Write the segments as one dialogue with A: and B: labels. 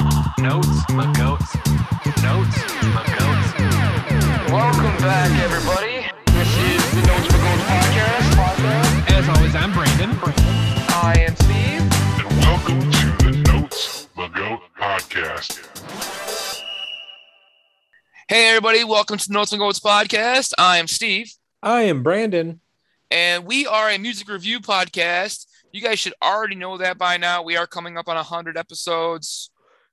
A: goats, the goats, notes, the goats.
B: Welcome back, everybody. This is the Notes for Goats podcast.
A: As always, I'm Brandon.
B: I am Steve.
C: And welcome to the Notes the Goat podcast.
B: Hey, everybody. Welcome to the Notes and Goats podcast. I am Steve.
D: I am Brandon.
B: And we are a music review podcast. You guys should already know that by now. We are coming up on 100 episodes.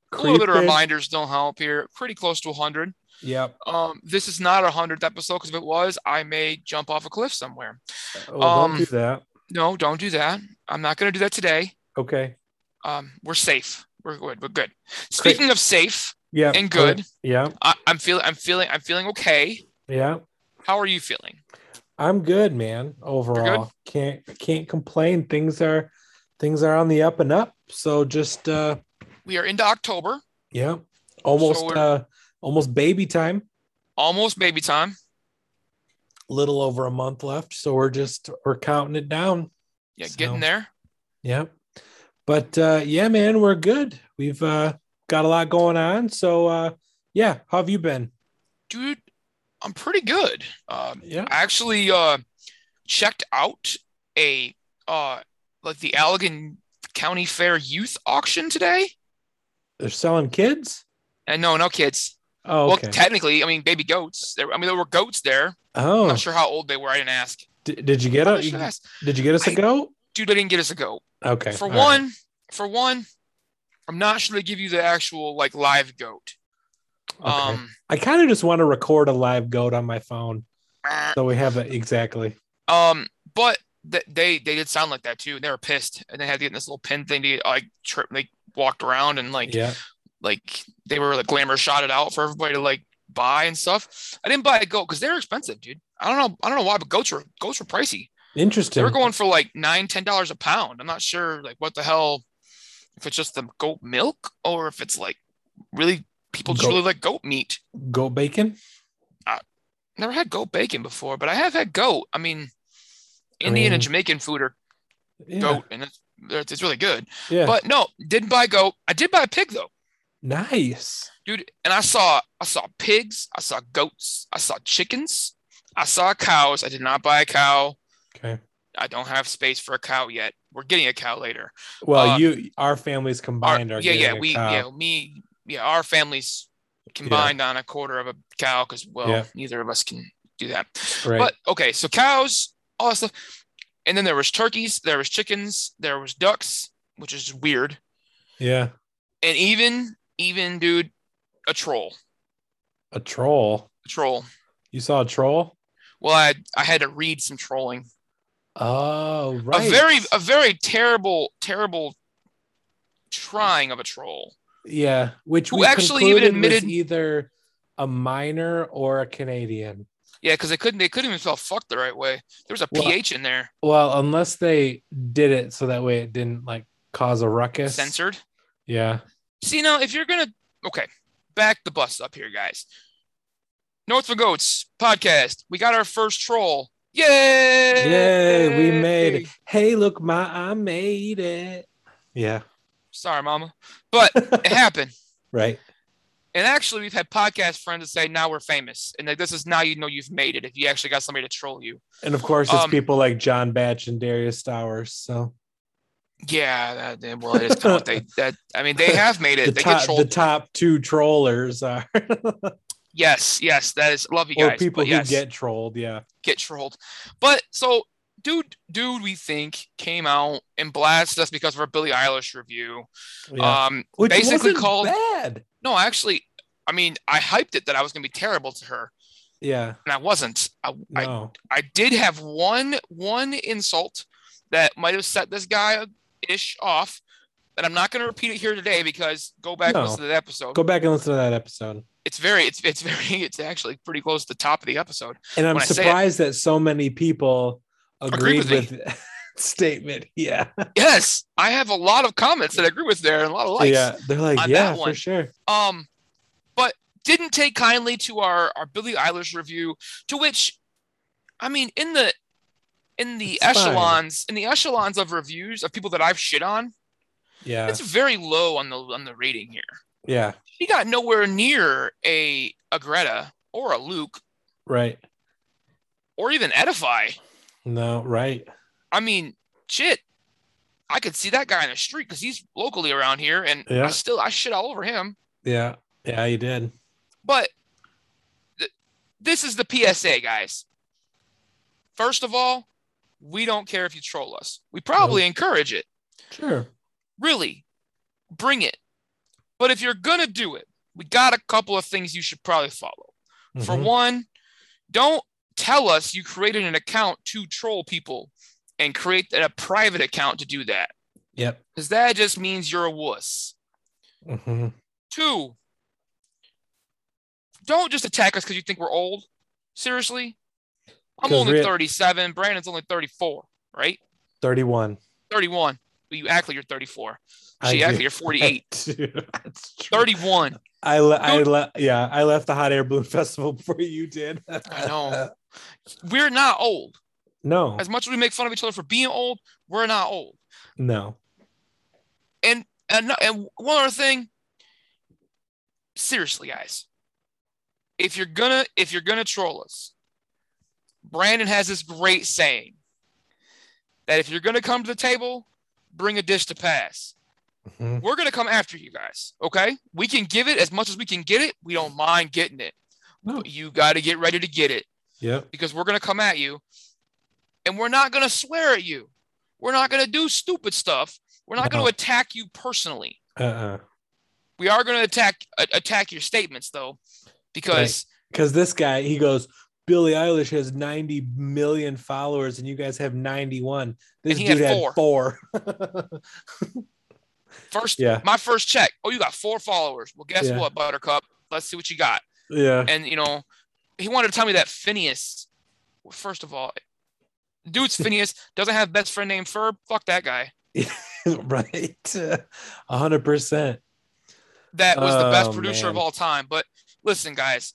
B: Creeping. A little bit of reminders don't help here. Pretty close to 100.
D: Yep.
B: Um, this is not a 100th episode because if it was, I may jump off a cliff somewhere.
D: Oh, um, don't do that.
B: No, don't do that. I'm not going to do that today.
D: Okay.
B: Um, we're safe. We're good. We're good. Speaking Great. of safe
D: yeah,
B: and good,
D: yeah,
B: I, I'm feeling. I'm feeling. I'm feeling okay.
D: Yeah.
B: How are you feeling?
D: I'm good, man. Overall, good? can't can't complain. Things are things are on the up and up. So just uh
B: we are into October.
D: Yeah. Almost so uh almost baby time.
B: Almost baby time.
D: Little over a month left, so we're just we're counting it down.
B: Yeah, so, getting there.
D: Yeah. But uh yeah, man, we're good. We've uh got a lot going on. So uh yeah, how have you been?
B: Dude, I'm pretty good. Um,
D: yeah.
B: I actually uh, checked out a uh, like the Allegan County Fair youth auction today.
D: They're selling kids.
B: And no, no kids.
D: Oh, okay.
B: well, technically, I mean, baby goats. There, I mean, there were goats there.
D: Oh,
B: I'm not sure how old they were. I didn't ask.
D: D- did you get a? You, did you get us a
B: I,
D: goat?
B: Dude, I didn't get us a goat.
D: Okay.
B: For All one, right. for one, I'm not sure they give you the actual like live goat.
D: Okay. Um, I kind of just want to record a live goat on my phone, uh, so we have it exactly.
B: Um, but th- they they did sound like that too. They were pissed, and they had to get this little pin thing to like trip. They walked around and like
D: yeah,
B: like they were like glamour shotted out for everybody to like buy and stuff. I didn't buy a goat because they're expensive, dude. I don't know. I don't know why, but goats are goats are pricey.
D: Interesting.
B: They're going for like nine, ten dollars a pound. I'm not sure like what the hell if it's just the goat milk or if it's like really people just goat, really like goat meat.
D: Goat bacon?
B: I never had goat bacon before, but I have had goat. I mean, Indian I mean, and Jamaican food are yeah. goat, and it's, it's really good.
D: Yeah.
B: But no, didn't buy goat. I did buy a pig though.
D: Nice,
B: dude. And I saw I saw pigs. I saw goats. I saw chickens. I saw cows. I did not buy a cow.
D: Okay.
B: I don't have space for a cow yet. We're getting a cow later.
D: Well, um, you, our families combined
B: our,
D: are
B: Uh, yeah, yeah.
D: A
B: we,
D: cow.
B: yeah, me, yeah, our families combined yeah. on a quarter of a cow because well, yeah. neither of us can do that.
D: Right.
B: But okay, so cows, all that stuff, and then there was turkeys, there was chickens, there was ducks, which is weird.
D: Yeah.
B: And even even dude, a troll.
D: A troll.
B: A troll.
D: You saw a troll?
B: Well, I I had to read some trolling.
D: Oh, right.
B: A very a very terrible terrible trying of a troll.
D: Yeah, which
B: who actually even admitted
D: either a minor or a Canadian.
B: Yeah, because they couldn't they couldn't even spell fuck the right way. There was a well, ph in there.
D: Well, unless they did it so that way it didn't like cause a ruckus.
B: Censored.
D: Yeah.
B: See now, if you're gonna okay, back the bus up here, guys. North for Goats podcast. We got our first troll. Yay!
D: Yay! We made it. Hey, look, my I made it. Yeah
B: sorry mama but it happened
D: right
B: and actually we've had podcast friends that say now we're famous and like this is now you know you've made it if you actually got somebody to troll you
D: and of course it's um, people like john batch and darius stowers so
B: yeah that, well it is kind of they that i mean they have made it
D: the,
B: they
D: top, the top two trollers are
B: yes yes that is love you
D: or
B: guys
D: people who
B: yes,
D: get trolled yeah
B: get trolled but so dude, dude, we think came out and blasted us because of our Billie Eilish review.
D: Yeah.
B: Um,
D: Which
B: basically
D: wasn't
B: called
D: bad.
B: No, actually, I mean, I hyped it that I was going to be terrible to her,
D: Yeah,
B: and I wasn't. I,
D: no.
B: I, I did have one one insult that might have set this guy ish off, and I'm not going to repeat it here today because go back
D: No.
B: and listen to that episode.
D: Go back and listen to that episode.
B: It's very, it's it's very, it's actually pretty close to the top of the episode.
D: And I'm
B: when I say it.
D: surprised that so many people
B: Agree
D: agreed
B: with
D: with, that statement. Yeah,
B: Yes, I have a lot of comments that I agree with there and a lot of likes.
D: yeah, they're like,
B: on
D: yeah,
B: that
D: for
B: one.
D: sure.
B: Um, but didn't take kindly to our our Billie Eilish review, to which, I mean, in the in the
D: It's fine.
B: echelons in the echelons of reviews of people that I've shit on,
D: Yeah,
B: it's very low on the on the rating here.
D: Yeah.
B: She got nowhere near a, a Greta or a Luke
D: Right.
B: or even Edify.
D: No. Right.
B: I mean, shit. I could see that guy in the street because he's locally around here, and I
D: Yeah.
B: still I shit all over him.
D: Yeah. Yeah. You did.
B: But th- this is the PSA, guys. First of all, we don't care if you troll us. We probably encourage it.
D: Sure.
B: Really, bring it. But if you're going to do it, we got a couple of things you should probably follow. For
D: Mhm.
B: one, don't tell us you created an account to troll people and create a private account to do that
D: Yep.
B: because that just means you're a wuss.
D: hmm
B: Two, don't just attack us because you think we're old. Seriously, I'm
D: 'Cause
B: only
D: we're-
B: 37. Brandon's only 34, right?
D: 31.
B: 31. But you act like you're 34.
D: I
B: She
D: do.
B: act like you're 48.
D: That's true.
B: 31.
D: I, le- I le- yeah, I left the Hot Air Balloon Festival before you did.
B: I know. We're not old.
D: no,
B: As much as we make fun of each other for being old, we're not old.
D: no.
B: And, no- and one other thing, seriously, guys, if you're gonna if you're gonna troll us, Brandon has this great saying that if you're gonna come to the table, bring a dish to pass.
D: Mhm.
B: We're gonna come after you guys, okay? We can give it as much as we can get it. We don't mind getting it,
D: No.
B: but you got to get ready to get it
D: Yep.
B: because we're going to come at you and we're not going to swear at you. We're not going to do stupid stuff. We're not going
D: No.
B: to attack you personally.
D: Uh-uh.
B: We are going to attack a- attack your statements though because
D: Because this guy, he goes, Billie Eilish has 90 million followers and you guys have 91. This
B: And he
D: dude
B: had
D: had four.
B: first
D: yeah.
B: my first check, oh you got 4 followers. Well guess
D: Yeah.
B: what Buttercup? Let's see what you got.
D: Yeah.
B: And you know, he wanted to tell me that Phineas well, first of all dude's Phineas doesn't have best friend named Ferb. Fuck that guy.
D: right. 100%.
B: that was the best
D: Oh,
B: producer of
D: man.
B: all time. But listen, guys,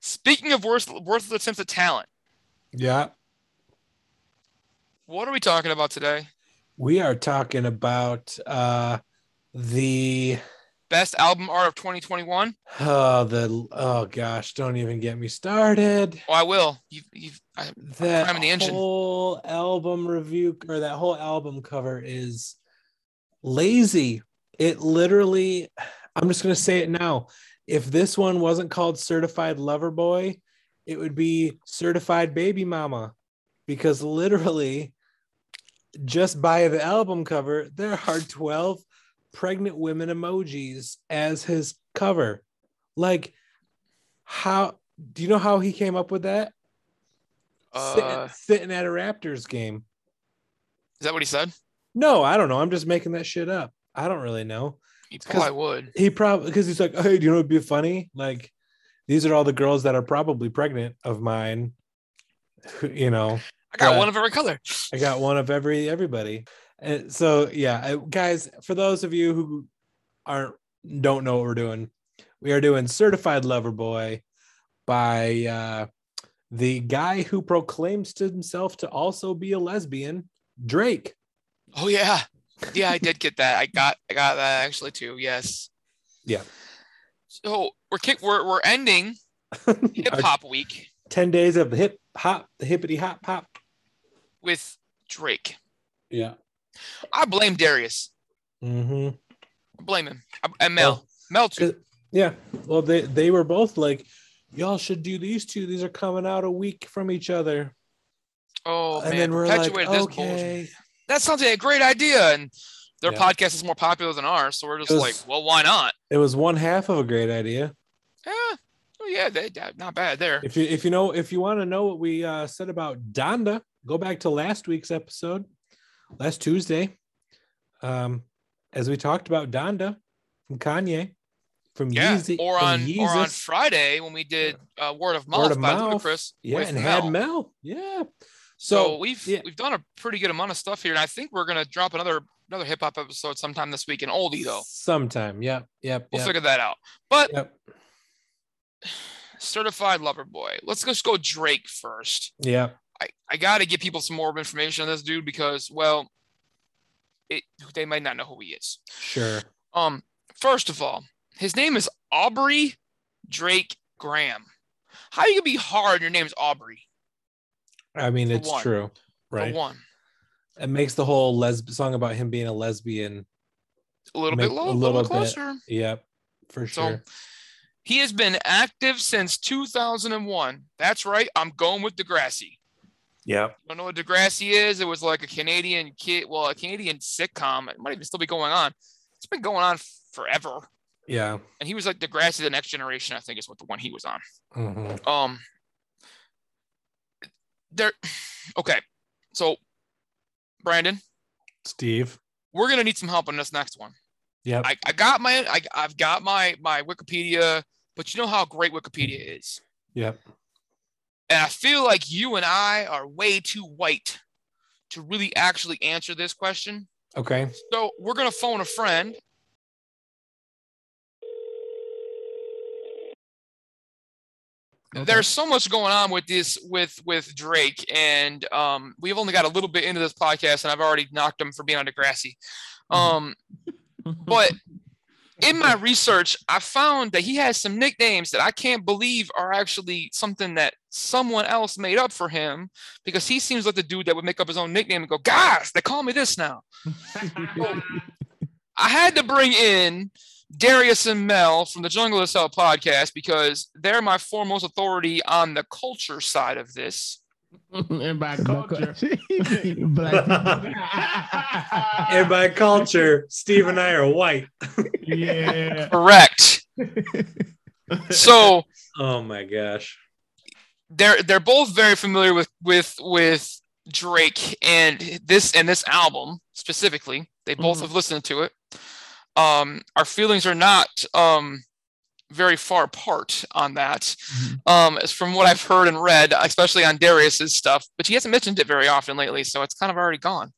B: speaking of worth, worthless attempts at talent,
D: Yeah.
B: what are we talking about today?
D: We are talking about uh, the
B: Best album art of 2021?
D: oh the oh gosh, don't even get me started.
B: Oh, I will. You've, you've, I,
D: That
B: Priming the engine.
D: whole album review or that whole album cover is lazy. It literally, I'm just gonna say it now. If this one wasn't called Certified Lover Boy, it would be Certified Baby Mama, because literally, just by the album cover, there are 12 pregnant women emojis as his cover. Like, how do you know how he came up with that?
B: uh,
D: sitting,
B: is
D: sitting at a Raptors game.
B: that what he said?
D: No, I don't know. I'm just making that shit up. I don't really know.
B: He
D: 'cause-
B: probably would.
D: He probably because he's like, hey, do you know what'd be funny? Like, these are all the girls that are probably pregnant of mine. you know,
B: I got
D: but-
B: one of every color.
D: I got one of every everybody. And so yeah, I- guys, for those of you who aren't don't know what we're doing, we are doing Certified Lover Boy by uh the guy who proclaims to himself to also be a lesbian, Drake.
B: Oh yeah, yeah, I did get that. I got, I got that actually too. Yes.
D: Yeah.
B: So we're kick, we're we're ending hip
D: Our
B: hop week
D: 10 days of the hip hop, the hippity hop hop.
B: with Drake.
D: Yeah.
B: I blame Darius.
D: hmm
B: I blame him. I- and Mel. Mel too.
D: Yeah. Well, they they were both like, y'all should do these two. These are coming out a week from each other.
B: Oh
D: and
B: man,
D: then we're like,
B: perpetuated this bullshit.
D: okay.
B: That sounds like a great idea, and their
D: Yeah.
B: podcast is more popular than ours, so we're just
D: It was-
B: like, well, why not?
D: It was one half of a great idea.
B: Yeah, oh yeah, they, that- not bad there.
D: If you if you know if you want to know what we uh, said about Donda, go back to last week's episode, last Tuesday, um, as we talked about Donda from Kanye, from
B: Yeah,
D: Yeezy,
B: or
D: from
B: on or on
D: Yeezus,
B: Friday when we did uh, word of mouth
D: Word of
B: by
D: Mouth,
B: Ludacris,
D: yeah,
B: with
D: and
B: Mel.
D: had Mel, yeah.
B: So,
D: So,
B: we've
D: yeah.
B: we've done a pretty good amount of stuff here, and I think we're gonna drop another another hip hop episode sometime this week in oldie though.
D: sometime, yep, yep,
B: We'll
D: yep,
B: figure that out. But
D: yep,
B: certified lover boy, let's just go Drake first.
D: yep,
B: I, I gotta give people some more information on this dude because well it they might not know who he is.
D: sure,
B: Um first of all, His name is Aubrey Drake Graham. How you gonna be hard? Your name's Aubrey.
D: I mean,
B: For
D: it's
B: one.
D: true,
B: for
D: right?
B: one,
D: It makes the whole lesb song about him being a lesbian.
B: a little
D: Make
B: bit low, a
D: a little
B: little
D: bit.
B: closer.
D: Yep, for
B: So-
D: sure.
B: He has been active since 2001. That's right. I'm going with Degrassi.
D: Yep.
B: don't know what Degrassi is. It was like a Canadian kid, well, a Canadian sitcom. It might even still be going on. It's been going on forever.
D: Yeah.
B: And he was like Degrassi, the Next Generation. I think is what the one he was on.
D: hmm
B: Um, there. Okay, so Brandon,
D: Steve.
B: we're gonna need some help on this next one.
D: Yep.
B: I, I got my I, I've got my my Wikipedia, but you know how great Wikipedia is.
D: yep.
B: And I feel like you and I are way too white to really actually answer this question.
D: Okay.
B: So we're gonna phone a friend. There's so much going on with this with with Drake, and um, we've only got a little bit into this podcast, and I've already knocked him for being on Degrassi. Um, but in my research, I found that he has some nicknames that I can't believe are actually something that someone else made up for him because he seems like the dude that would make up his own nickname and go, guys, they call me this now. So, I had to bring in Darius and Mel from the Jungle Cell podcast because they're my foremost authority on the culture side of this.
E: and by
F: Black
E: culture,
F: culture.
E: black.
D: And by culture, Steve and I are white.
F: yeah.
B: Correct. so
D: Oh my gosh.
B: they're they're both very familiar with with with Drake and this and this album specifically. They both
E: Mhm.
B: have listened to it. Um, our feelings are not um, very far apart on that. Um, it's from what I've heard and read, especially on Darius's stuff, but he hasn't mentioned it very often lately, so it's kind of already gone.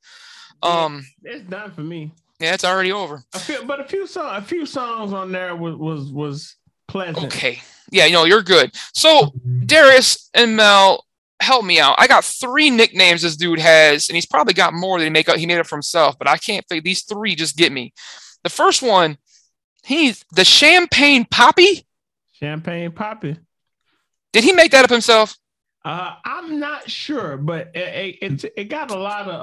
B: Um,
E: It's done for me.
B: yeah, it's already over.
F: A few, but a few song, a few songs on there was was, was pleasant.
B: Okay. Yeah, no, you're good. So Darius and Mel, help me out. I got three nicknames this dude has, and he's probably got more than he make up. He made up for himself, but I can't think. These three just get me. The first one, he's the Champagne Poppy.
F: Champagne poppy.
B: Did he make that up himself?
F: Uh, I'm not sure, but it it, it, it got a lot of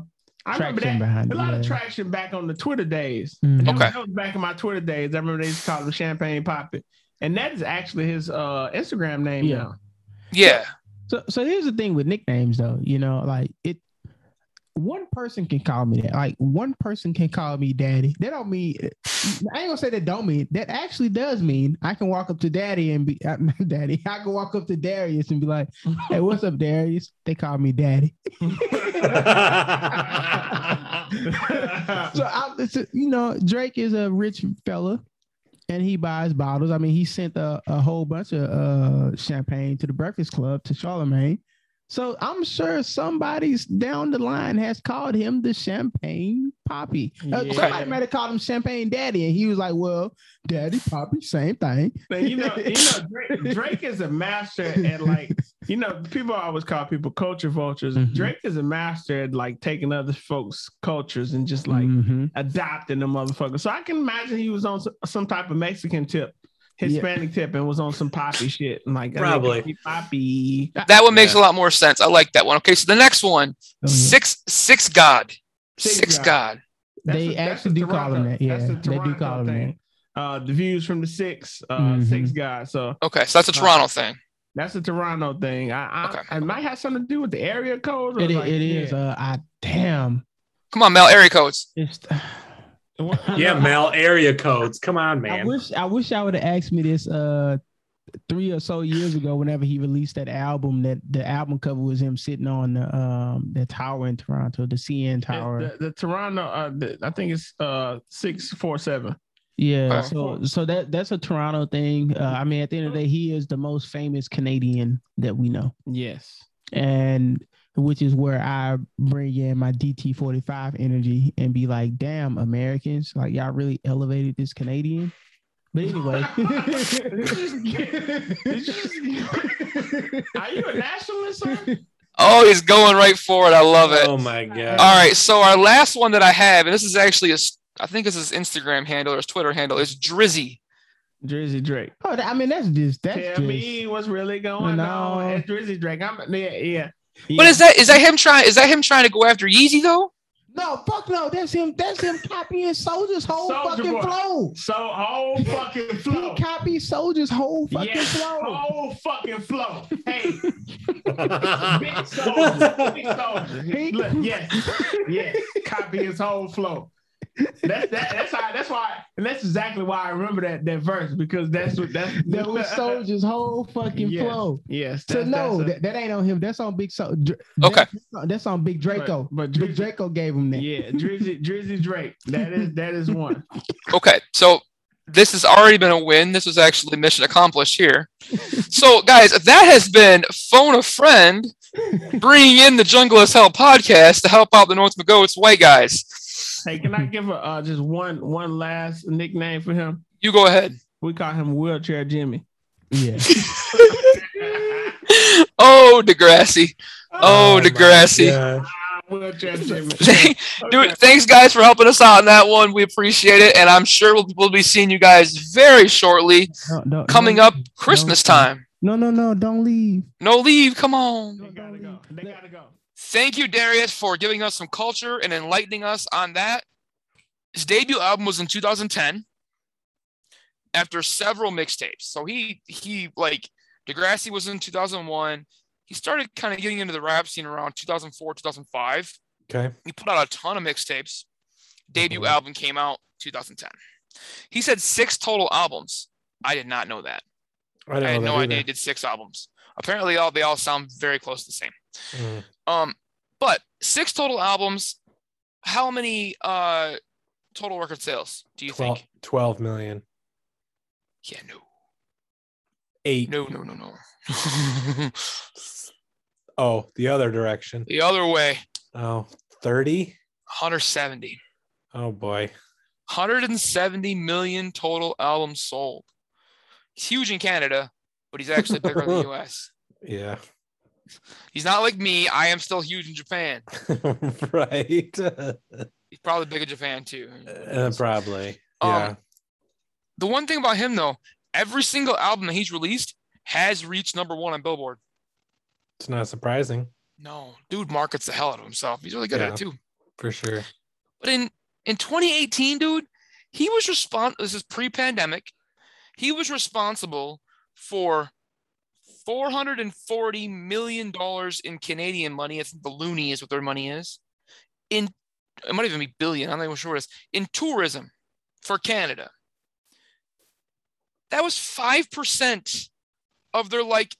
F: uh, I remember
E: Traction
F: that
E: behind
F: a lot of
E: yeah.
F: traction back on the Twitter days.
E: Mm.
F: That was-
B: Okay.
F: that was back in my Twitter days. I remember they used to call him Champagne Poppy, and that is actually his uh Instagram name
E: Yeah.
F: now.
B: Yeah.
E: So so here's the thing with nicknames though, you know, like it one person can call me that. Like one person can call me daddy. That don't mean I ain't gonna say that don't mean that actually does mean I can walk up to daddy and be uh, not daddy. I can walk up to Darius and be like, hey, what's up, Darius? They call me daddy. So I, it's a- you know, Drake is a rich fella and he buys bottles. I mean, he sent a, a whole bunch of uh, champagne to the Breakfast Club to Charlemagne. So I'm sure somebody's down the line has called him the Champagne Poppy. Uh,
F: Yeah.
E: Somebody might have called him Champagne Daddy, and he was like, "Well, Daddy Poppy, same thing."
F: But you know, you know, Drake, Drake is a master at like, you know, people always call people culture vultures.
E: Mhm.
F: Drake is a master at like taking other folks' cultures and just like
E: Mhm.
F: adopting the motherfucker. So I can imagine he was on s- some type of Mexican tip,
E: Yeah.
F: Hispanic tip, and was on some poppy shit. And like,
D: Probably.
F: poppy.
B: That one makes a lot more sense. I like that one. Okay, so the next one,
E: Oh, yeah.
B: six six God.
F: Six
B: Six
F: God.
B: God.
F: That's
E: They
F: a- that's
E: actually
F: a
E: do call him
F: Toronto-
E: that. Yeah,
F: that's a
E: they do
F: Toronto
E: call him
F: thing.
E: that.
F: Uh, the views from the six, uh,
E: Mhm.
F: six guys. So
B: Okay, so that's a
F: Uh,
B: Toronto thing.
F: that's a Toronto thing. I, I,
B: Okay.
F: it might have something to do with the area code. or
E: It,
F: like-
E: it
F: yeah.
E: is. Uh, I damn.
B: Come on, Mel, area codes.
E: It's,
D: yeah, Mal area codes. Come on,
E: I
D: man.
E: wish I wish I would have asked me this uh three or so years ago whenever he released that album that the album cover was him sitting on the um the tower in Toronto, the CN
F: The-
E: tower.
F: The, the Toronto, uh, the, I think it's uh six four seven.
E: yeah,
B: Okay.
E: so so that that's a Toronto thing. Uh, I mean at the end of the day he is the most famous Canadian that we know.
F: Yes.
E: And which is where I bring in my DT45 energy and be like, damn, Americans, like y'all really elevated this Canadian. But anyway,
F: Are you a nationalist, sir?
B: Oh, he's going right for it. I love it.
D: Oh my god.
B: All right, so our last one that I have, and this is actually a, s- I think this is Instagram handle or his Twitter handle, is Drizzy.
F: Drizzy Drake.
E: Oh, that- I mean that's just that's
F: Tell
E: just,
F: me what's really going
E: No.
F: on. It's Drizzy Drake. I'm yeah, yeah.
B: But is that is that him trying? Is that him trying to go after Yeezy though?
E: no fuck no. That's him. That's him copying Soldier's whole
F: Soulja
E: fucking
F: Boy.
E: flow.
F: so whole fucking flow?
E: He copied Soldier's whole fucking
F: Yes, Oh,
E: flow.
F: whole fucking flow. Hey, big soldier, big soldier.
E: He-
F: Look, yes, yes. Copy his whole flow. That's that, that's how that's why and that's exactly why I remember that that verse because that's what that's
E: That was Soldier's whole fucking
F: Yes.
E: flow.
F: Yes,
E: So
F: that's-
E: no,
F: that's a-
E: that, that ain't on him. That's on Big Sol. Dr-
B: Okay.
E: that's on- that's on Big Draco.
F: But, but
E: Big
F: Drizzy,
E: Draco gave him that.
F: yeah, Drizzy, Drizzy Drake. That is that is one.
B: Okay, so this has already been a win. This was actually mission accomplished here. so, guys, that has been Phone a Friend bringing in the Jungle as Hell podcast to help out the North Magoats white guys.
F: Hey, can I give a uh, just one one last nickname for him?
B: You go ahead.
F: We call him Wheelchair Jimmy.
E: Yeah.
B: Oh, Degrassi. Oh,
D: my
B: Degrassi.
D: gosh.
F: Ah, Wheelchair Jimmy.
B: Dude, thanks guys for helping us out on that one. We appreciate it, and I'm sure we'll, we'll be seeing you guys very shortly.
E: No, no,
B: Coming
E: no,
B: up Christmas time.
E: No, no, no. Don't leave.
B: No leave. Come on.
F: They gotta go. They gotta go.
B: Thank you, Darius, for giving us some culture and enlightening us on that. His debut album was in 2010 after several mixtapes. So he he like Degrassi was in 2001. He started kind of getting into the rap scene around 2004, 2005.
D: Okay.
B: He put out a ton of mixtapes. Debut
D: Mhm.
B: album came out 2010. He said six total albums. I did not know that.
D: I, don't
B: I had
D: know
B: no
D: that
B: idea he
D: either.
B: did six albums. Apparently, all they all sound very close to the same.
D: Mm.
B: Um, but six total albums. How many uh total record sales do you
D: 12,
B: think?
D: 12 million.
B: Yeah, no,
D: Eight.
B: no, no, no, no.
D: Oh, the other direction.
B: the other way,
D: Oh, 30?
B: 170,
D: Oh, boy.
B: 170 million total albums sold. He's huge in Canada, but he's actually bigger in the U.S.
D: Yeah.
B: He's not like me. I am still huge in Japan.
D: right.
B: He's probably big in Japan too.
D: Uh, probably.
B: Um,
D: Yeah.
B: The one thing about him though, every single album that he's released has reached number one on Billboard.
D: it's not surprising
B: No, dude markets the hell out of himself. He's really good at
D: Yeah.
B: it too.
D: for sure.
B: But in in 2018, dude, he was responsible. This is pre-pandemic. He was responsible for 440 million dollars in Canadian money. I think the loony is what their money is. In it might even be billion. I'm not even sure what it is. In tourism for Canada. That was five percent of their like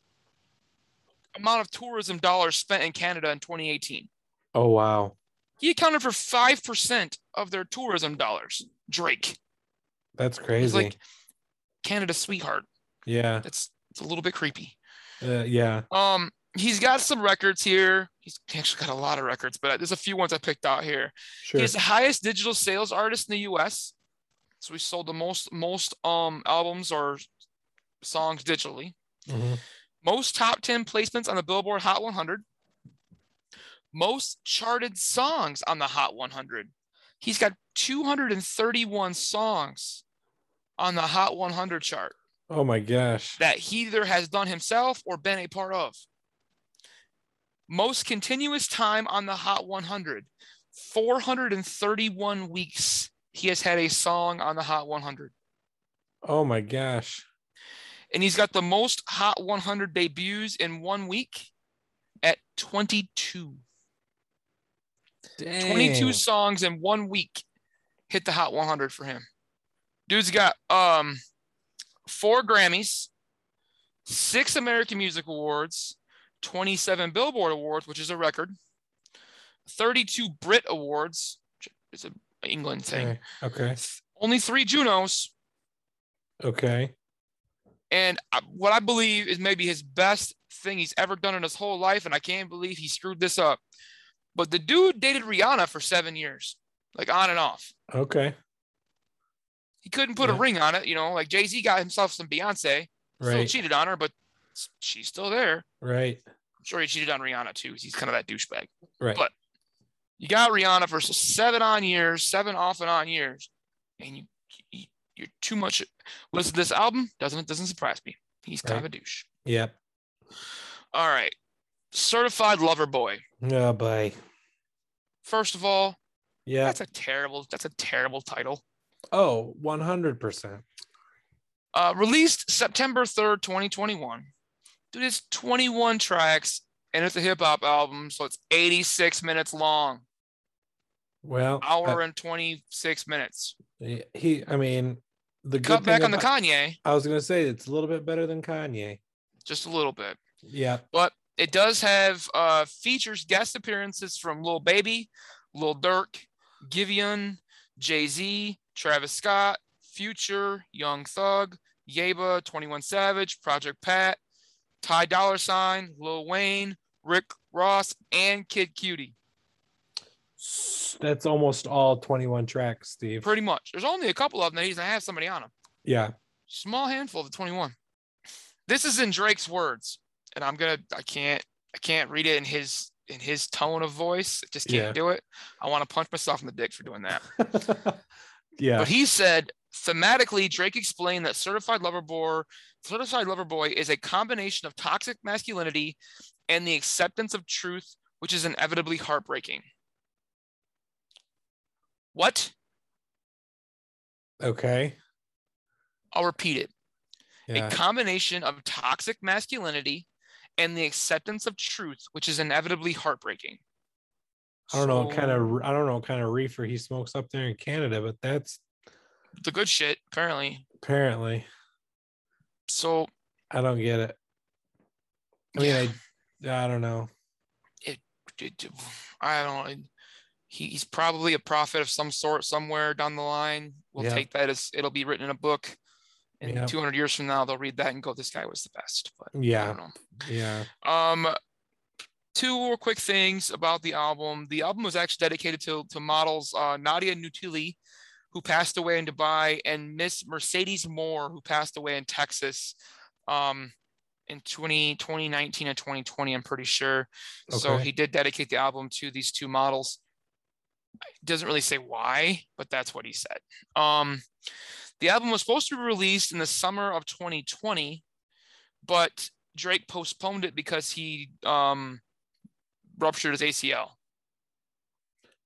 B: amount of tourism dollars spent in Canada in 2018
D: Oh, wow.
B: he accounted for 5% of their tourism dollars. Drake,
D: That's crazy.
B: like- Canada's sweetheart.
D: yeah.
B: That's it's a little bit creepy.
D: Uh, yeah.
B: Um, he's got some records here. He's actually got a lot of records, but there's a few ones I picked out here.
D: Sure.
B: He's the highest digital sales artist in the US. So he sold the most most um albums or songs digitally.
D: Mhm.
B: Most top 10 placements on the Billboard Hot 100. Most charted songs on the Hot 100. He's got 231 songs on the Hot 100 chart
D: Oh, my gosh.
B: that he either has done himself or been a part of. Most continuous time on the Hot 100, 431 weeks he has had a song on the Hot 100.
D: Oh, my gosh.
B: And he's got the most Hot 100 debuts in one week at 22. 22
D: Dang.
B: songs in one week hit the Hot 100 for him. Dude's got um four Grammys, six American Music Awards, 27 Billboard Awards, which is a record, 32 Brit Awards, which is an England thing,
D: Okay. Okay.
B: only three Junos,
D: Okay.
B: and I- what I believe is maybe his best thing he's ever done in his whole life, and I can't believe he screwed this up. But the dude dated Rihanna for seven years, like on and off.
D: Okay.
B: He couldn't put a
D: Yeah.
B: ring on it, you know. Like Jay Z got himself some Beyonce, still
D: Right.
B: cheated on her, but s- she's still there.
D: Right.
B: I'm sure he cheated on Rihanna too. 'cause He's kind of that douchebag.
D: Right.
B: But- You got Rihanna for s- seven on years, seven off and on years, and you you, You're too much. Listen to this album. Doesn't doesn't surprise me. He's kind of a douche.
D: Yep.
B: All right. Certified Lover Boy.
D: Oh boy.
B: First of all,
D: Yeah.
B: that's a terrible that's a terrible title.
D: Oh, 100%.
B: Uh, released September 3rd, 2021. Dude, it's 21 tracks and it's a hip hop album, so it's 86 minutes long,
D: Well,
B: hour and 26 minutes.
D: I- he, I mean, the good
B: Cut back
D: thing
B: on the
D: about-
B: Kanye
D: I was going to say it's a little bit better than Kanye.
B: just a little bit.
D: Yeah.
B: But it does have uh, features guest appearances from Lil Baby, Lil Durk, Givian, Jay Z, Travis Scott, Future, Young Thug, Yaba, 21 Savage, Project Pat, Ty Dollar Sign, Lil Wayne, Rick Ross, and Kid Cutie.
D: That's almost all 21 tracks, Steve.
B: Pretty much. There's only a couple of them that he's going to have somebody on him.
D: Yeah.
B: Small handful of the 21. This is in Drake's words, and I'm gonna. I can't. I can't read it in his in his tone of voice. I just can't
D: Yeah.
B: do it. I want to punch myself in the dick for doing that.
D: yeah.
B: But he said thematically, Drake explained that certified lover boy, certified lover boy is a combination of toxic masculinity and the acceptance of truth, which is inevitably heartbreaking. What?
D: Okay.
B: I'll repeat it.
D: Yeah.
B: a combination of toxic masculinity and the acceptance of truth, which is inevitably heartbreaking.
D: I don't know what kind
B: So,
D: of I don't know what kind of reefer he smokes up there in Canada, but that's
B: the good shit, apparently.
D: apparently
B: So
D: I don't get it. I mean, I I don't know.
B: it- I don't. He, he's probably a prophet of some sort somewhere down the line. We'll
D: Yeah.
B: take that as it'll be written in a book, and
D: Yeah.
B: 200 years from now they'll read that and go, "This guy was the best." But I
D: Yeah,
B: don't know.
D: yeah.
B: Um, two more quick things about the album. The album was actually dedicated to, to models uh, Nadia Nutili, who passed away in Dubai, and Miss Mercedes Moore, who passed away in Texas um, in 20, 2019 and 2020, I'm pretty sure. So
D: Okay.
B: he did dedicate the album to these two models. Doesn't really say why, but that's what he said. Um, the album was supposed to be released in the summer of 2020, but Drake postponed it because he um, ruptured his ACL.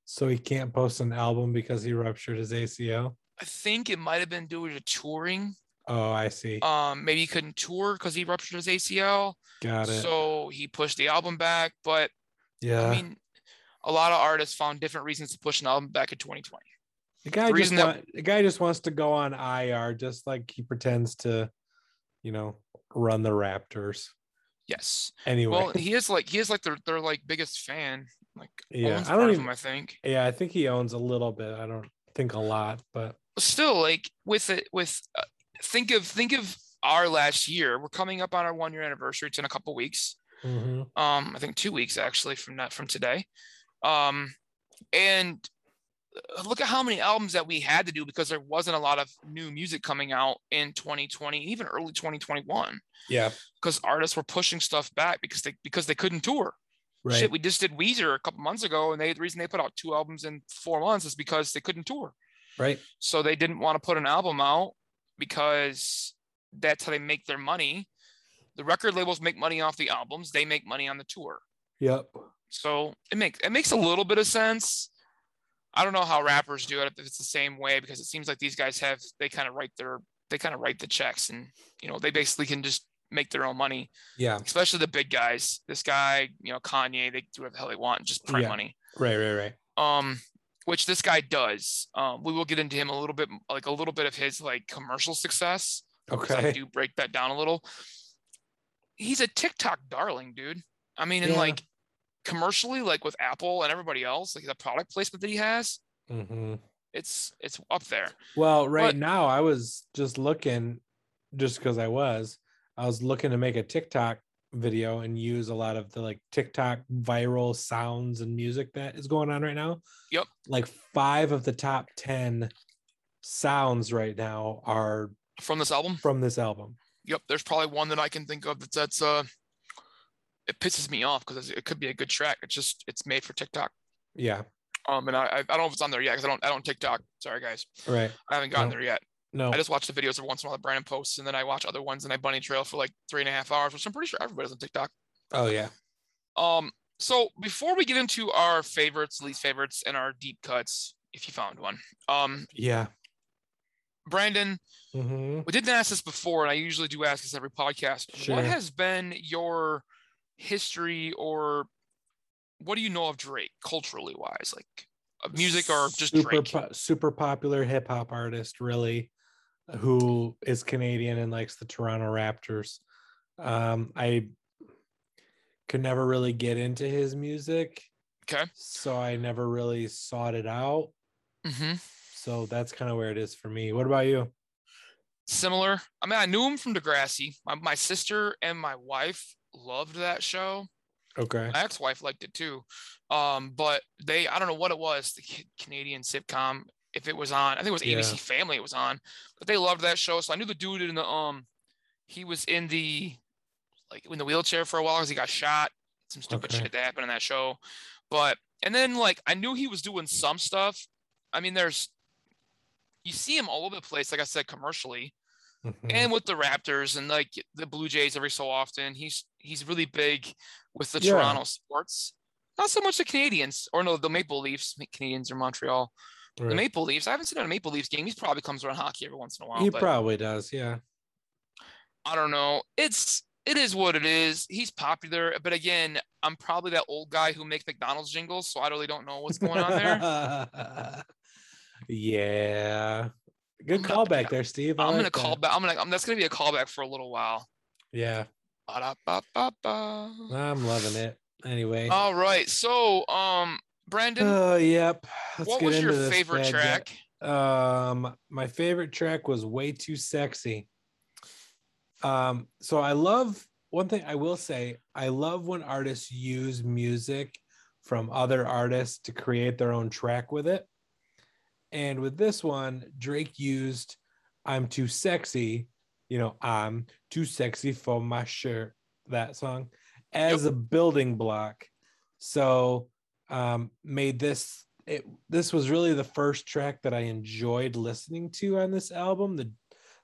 D: So he can't post an album because he ruptured his ACL.
B: I think it might have been due to touring.
D: Oh, I see.
B: Um, maybe he couldn't tour because he ruptured his ACL,
D: Got it.
B: so he pushed the album back. But
D: yeah,
B: I mean, a lot of artists found different reasons to push an album back in 2020.
D: the guy
B: the
D: just
B: reason that-
D: want- the guy just wants to go on IR, just like he pretends to, you know, run the Raptors.
B: Yes.
D: Anyway,
B: Well, he is like he is like their their like biggest fan. Like
D: yeah,
B: owns
D: I
B: part
D: don't
B: of
D: even.
B: them, I think.
D: yeah, I think he owns a little bit. I don't think a lot, but
B: still like with it with uh, think of think of our last year we're coming up on our one year anniversary it's in a couple weeks
D: mhm.
B: um i think two weeks actually from not from today um and uh, look at how many albums that we had to do because there wasn't a lot of new music coming out in 2020 even early 2021
D: yeah,
B: because artists were pushing stuff back because they because they couldn't tour
D: right.
B: Shit, we just did Weezer a couple months ago, and they the reason they put out two albums in four months is because they couldn't tour.
D: Right.
B: So they didn't want to put an album out because that's how they make their money. The record labels make money off the albums; they make money on the tour.
D: Yep.
B: So it makes it makes a little bit of sense. I don't know how rappers do it if it's the same way because it seems like these guys have they kind of write their they kind of write the checks and you know they basically can just make their own money
D: Yeah.
B: especially the big guys. This guy, you know, Kanye, they do whatever the hell they want, and just print
D: Yeah.
B: money.
D: Right. Right. Right.
B: Um, which this guy does. Um, we will get into him a little bit, like a little bit of his like commercial success. 'cause I
D: Okay.
B: do break that down a little. He's a TikTok darling, dude. I mean, and
D: Yeah.
B: like commercially, like with Apple and everybody else, like the product placement that he has,
D: hmm
B: it's it's up there.
D: Well, right
B: But-
D: now I was just looking, just because I was, I was looking to make a TikTok video and use a lot of the like TikTok viral sounds and music that is going on right now.
B: Yep.
D: Like five of the top 10 sounds right now are
B: From this album,
D: from this album.
B: yep. There's probably one that I can think of that's that's uh, it pisses me off because it could be a good track. It's just it's made for TikTok.
D: Yeah.
B: Um, and I, I I don't know if it's on there yet because I don't I don't TikTok. Sorry guys,
D: Right.
B: I haven't gotten
D: No.
B: there yet.
D: No.
B: I just watch the videos every once in a while that Brandon posts, and then I watch other ones, and I bunny trail for like three and a half hours, which I'm pretty sure everybody's on TikTok.
D: oh yeah.
B: Um, so before we get into our favorites, least favorites, and our deep cuts, if you found one, um,
D: Yeah.
B: Brandon,
D: Mm-hmm.
B: we didn't ask this before, and I usually do ask this every podcast.
D: Sure.
B: What has been your history, or what do you know of Drake culturally wise, like of music or just
D: super
B: Drake?
D: po- super popular hip hop artist, really, who is Canadian and likes the Toronto Raptors. Um, I could never really get into his music,
B: Okay.
D: so I never really sought it out.
B: hmm
D: So that's kind of where it is for me. What about you?
B: Similar. I mean, I knew him from Degrassi. My, my sister and my wife loved that show.
D: Okay,
B: my ex-wife liked it too um but they i don't know what it was the ca- canadian sitcom if it was on i think it was abc
D: Yeah.
B: family it was on but they loved that show so i knew the dude in the um he was in the like in the wheelchair for a while because he got shot some stupid
D: Okay.
B: shit that happened in that show but and then like i knew he was doing some stuff i mean there's you see him all over the place like i said commercially
D: Mhm.
B: and with the Raptors and like the Blue Jays every so often. He's he's really big with the
D: Yeah.
B: Toronto sports. Not so much the Canadians or no the Maple Leafs. Canadians or Montreal. The
D: Right.
B: Maple Leafs. I haven't seen him in a Maple Leafs game. He probably comes around hockey every once in a while.
D: he
B: but
D: probably does. Yeah,
B: I don't know. It's it is what it is. He's popular, but again, I'm probably that old guy who makes McDonald's jingles, so I really don't know what's going on there.
D: yeah, good
B: I'm gonna-
D: callback there, Steve. I
B: I'm gonna
D: like
B: call
D: that.
B: back. I'm gonna. I'm, that's gonna be a callback for a little while.
D: Yeah,
B: Ba-da-ba-ba-ba.
D: I'm loving it. Anyway,
B: All right. So, um, Brandon,
D: Oh, yep. Let's
B: what
D: get
B: was your
D: into this
B: favorite
D: bad
B: track?
D: guy. Um, my favorite track was "Way Too Sexy." Um, so I love one thing I will say. I love when artists use music from other artists to create their own track with it. And with this one, Drake used "I'm Too Sexy," you know, "I'm Too Sexy for My Shirt," that song, as a building block. So um, made this it this was really the first track that I enjoyed listening to on this album. The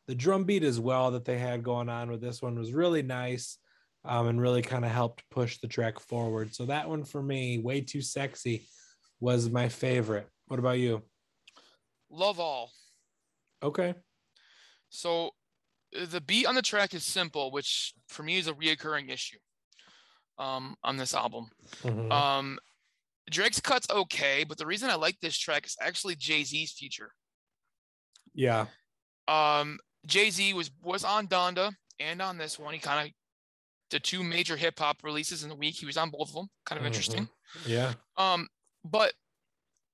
D: the drum beat as well that they had going on with this one was really nice um, and really kind of helped push the track forward. So that one for me, way too sexy, was my favorite. What about you?
B: Love All.
D: Okay.
B: So, uh, the beat on the track is simple, which for me is a reoccurring issue um, on this album.
D: Mhm.
B: Um, Drake's cut's okay, but the reason I like this track is actually Jay Z's feature.
D: yeah.
B: Um, Jay Z was was on Donda and on this one. He kind of the two major hip hop releases in the week. He was on both of them. Kind of
D: Mm-hmm.
B: interesting.
D: Yeah.
B: Um, but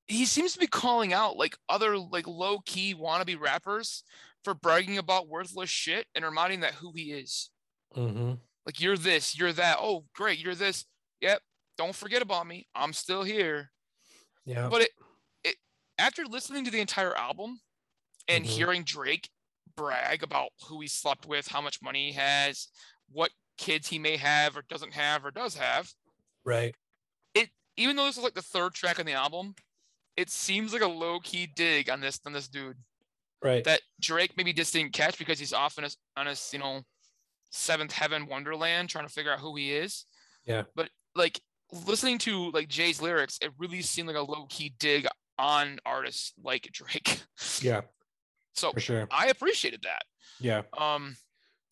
B: he seems to be calling out like other like low key wannabe rappers for bragging about worthless shit and reminding that who he is.
D: hmm
B: Like you're this, you're that. Oh, great, you're this. Yep. Don't forget about me. I'm still here.
D: Yeah.
B: But it it after listening to the entire album and
D: Mhm.
B: hearing Drake brag about who he slept with, how much money he has, what kids he may have or doesn't have or does have,
D: right.
B: even though this is like the third track on the album, it seems like a low key dig on this on this dude
D: Right.
B: that Drake maybe just didn't catch because he's off in his on his you know seventh heaven wonderland trying to figure out who he is.
D: Yeah.
B: But like listening to like Jay's lyrics, it really seemed like a low key dig on artists like Drake.
D: yeah.
B: So
D: For sure.
B: I appreciated that.
D: Yeah.
B: Um,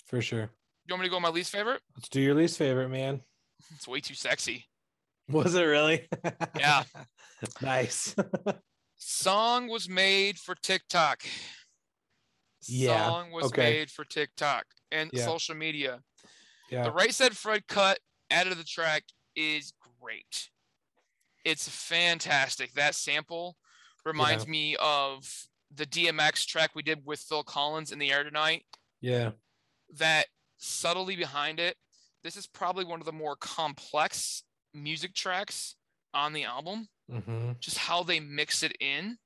D: For sure.
B: you want me to go with my least favorite?
D: Let's do your least favorite, man.
B: It's way too sexy.
D: Was it really?
B: Yeah.
D: nice.
B: Song was made for TikTok.
D: Yeah,
B: Song was
D: okay.
B: made for TikTok and
D: Yeah.
B: social media.
D: Yeah.
B: The Right Said Fred cut out of the track is great. It's fantastic. That sample reminds me of the DMX track we did with Phil Collins in the air tonight.
D: Yeah.
B: That subtlety behind it. This is probably one of the more complex music tracks on the album
D: hmm
B: just how they mix it in.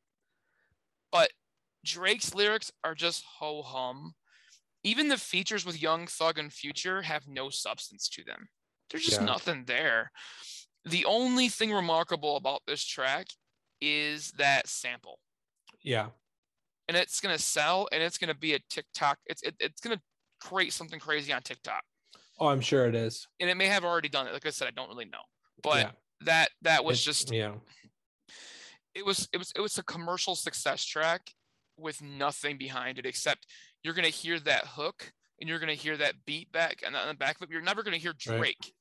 B: But Drake's lyrics are just ho hum. Even the features with Young Thug and Future have no substance to them. There's just
D: Yeah.
B: nothing there. The only thing remarkable about this track is that sample.
D: Yeah.
B: and it's gonna sell and it's gonna be a TikTok. It's it, it's gonna create something crazy on TikTok,
D: Oh, I'm sure it is.
B: and it may have already done it. Like I said, I don't really know, but that that was
D: It's-
B: just
D: yeah.
B: it was it was it was a commercial success track with nothing behind it except you're gonna hear that hook and you're gonna hear that beat back and on the back of it. You're never gonna hear
D: Right.
B: Drake.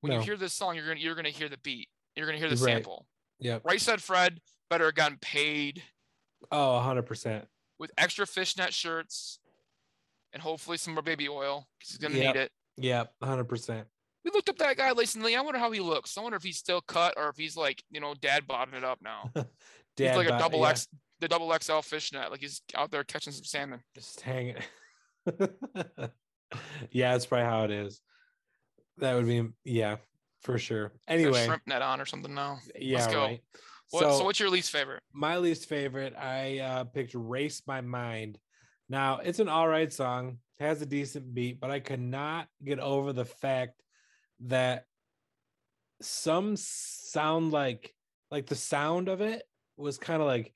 B: When
D: No.
B: you hear this song, you're gonna you're gonna hear the beat. You're gonna hear the
D: Right.
B: sample.
D: Yep.
B: Right said Fred better have gotten paid
D: Oh, 100%.
B: with extra fishnet shirts and hopefully some more baby oil because he's gonna
D: Yep.
B: need it.
D: Yep. 100%.
B: We looked up that guy recently. I wonder how he looks. I wonder if he's still cut or if he's like, you know, dad bobbing it up now. he's like a
D: bod-
B: double
D: yeah,
B: X, the double XL fishnet. Like he's out there catching some salmon.
D: Just hang it. yeah, that's probably how it is. That would be, yeah, for sure.
B: Got a
D: Anyway,
B: shrimp net on or something now.
D: yeah,
B: go.
D: right.
B: What, so, what's your least favorite?
D: my least favorite i uh picked race my mind now it's an all right song has a decent beat but i could not get over the fact that some sound like like the sound of it was kind of like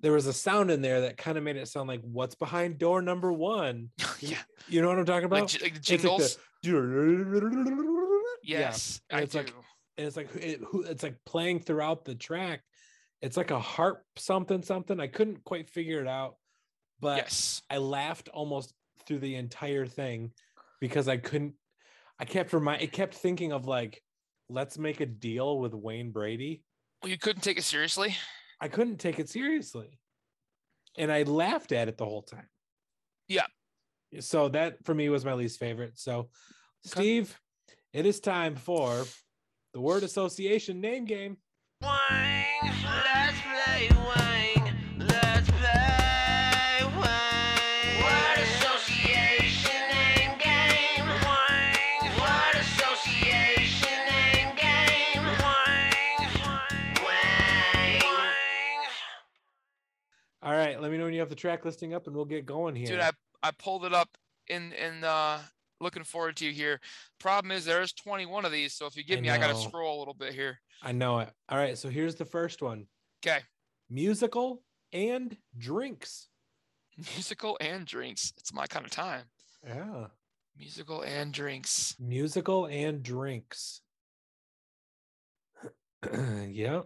D: there was a sound in there that kind of made it sound like what's behind door number one
B: yeah,
D: you know what i'm talking
B: like,
D: about
B: j- like the
D: like the-
B: jingles.
D: yeah.
B: yes,
D: And
B: I
D: it's
B: do.
D: like- and it's like who- it, who it's like playing throughout the track. It's like a harp something something. I couldn't quite figure it out, but
B: yes,
D: I laughed almost through the entire thing because I couldn't. I kept remind. It kept thinking of like, let's make a deal with Wayne Brady.
B: well, you couldn't take it seriously.
D: I couldn't take it seriously, and I laughed at it the whole time.
B: Yeah.
D: So that for me was my least favorite. So, Steve, it is time for the word association name game.
G: Wang, let's play Wang, let's play Wang. What association name game? Wang, what association name game? Wang, Wang.
D: All right, let me know when you have the track listing up, and we'll get going here.
B: dude i i pulled it up in in uh looking forward to you here problem is there's 21 of these so if you give
D: I
B: me i gotta
D: know.
B: scroll a little bit here
D: I know it. All right, so here's the first one.
B: 'Kay.
D: Musical and drinks.
B: musical and drinks it's my kind of time
D: Yeah.
B: musical and drinks
D: Musical and drinks. yeah.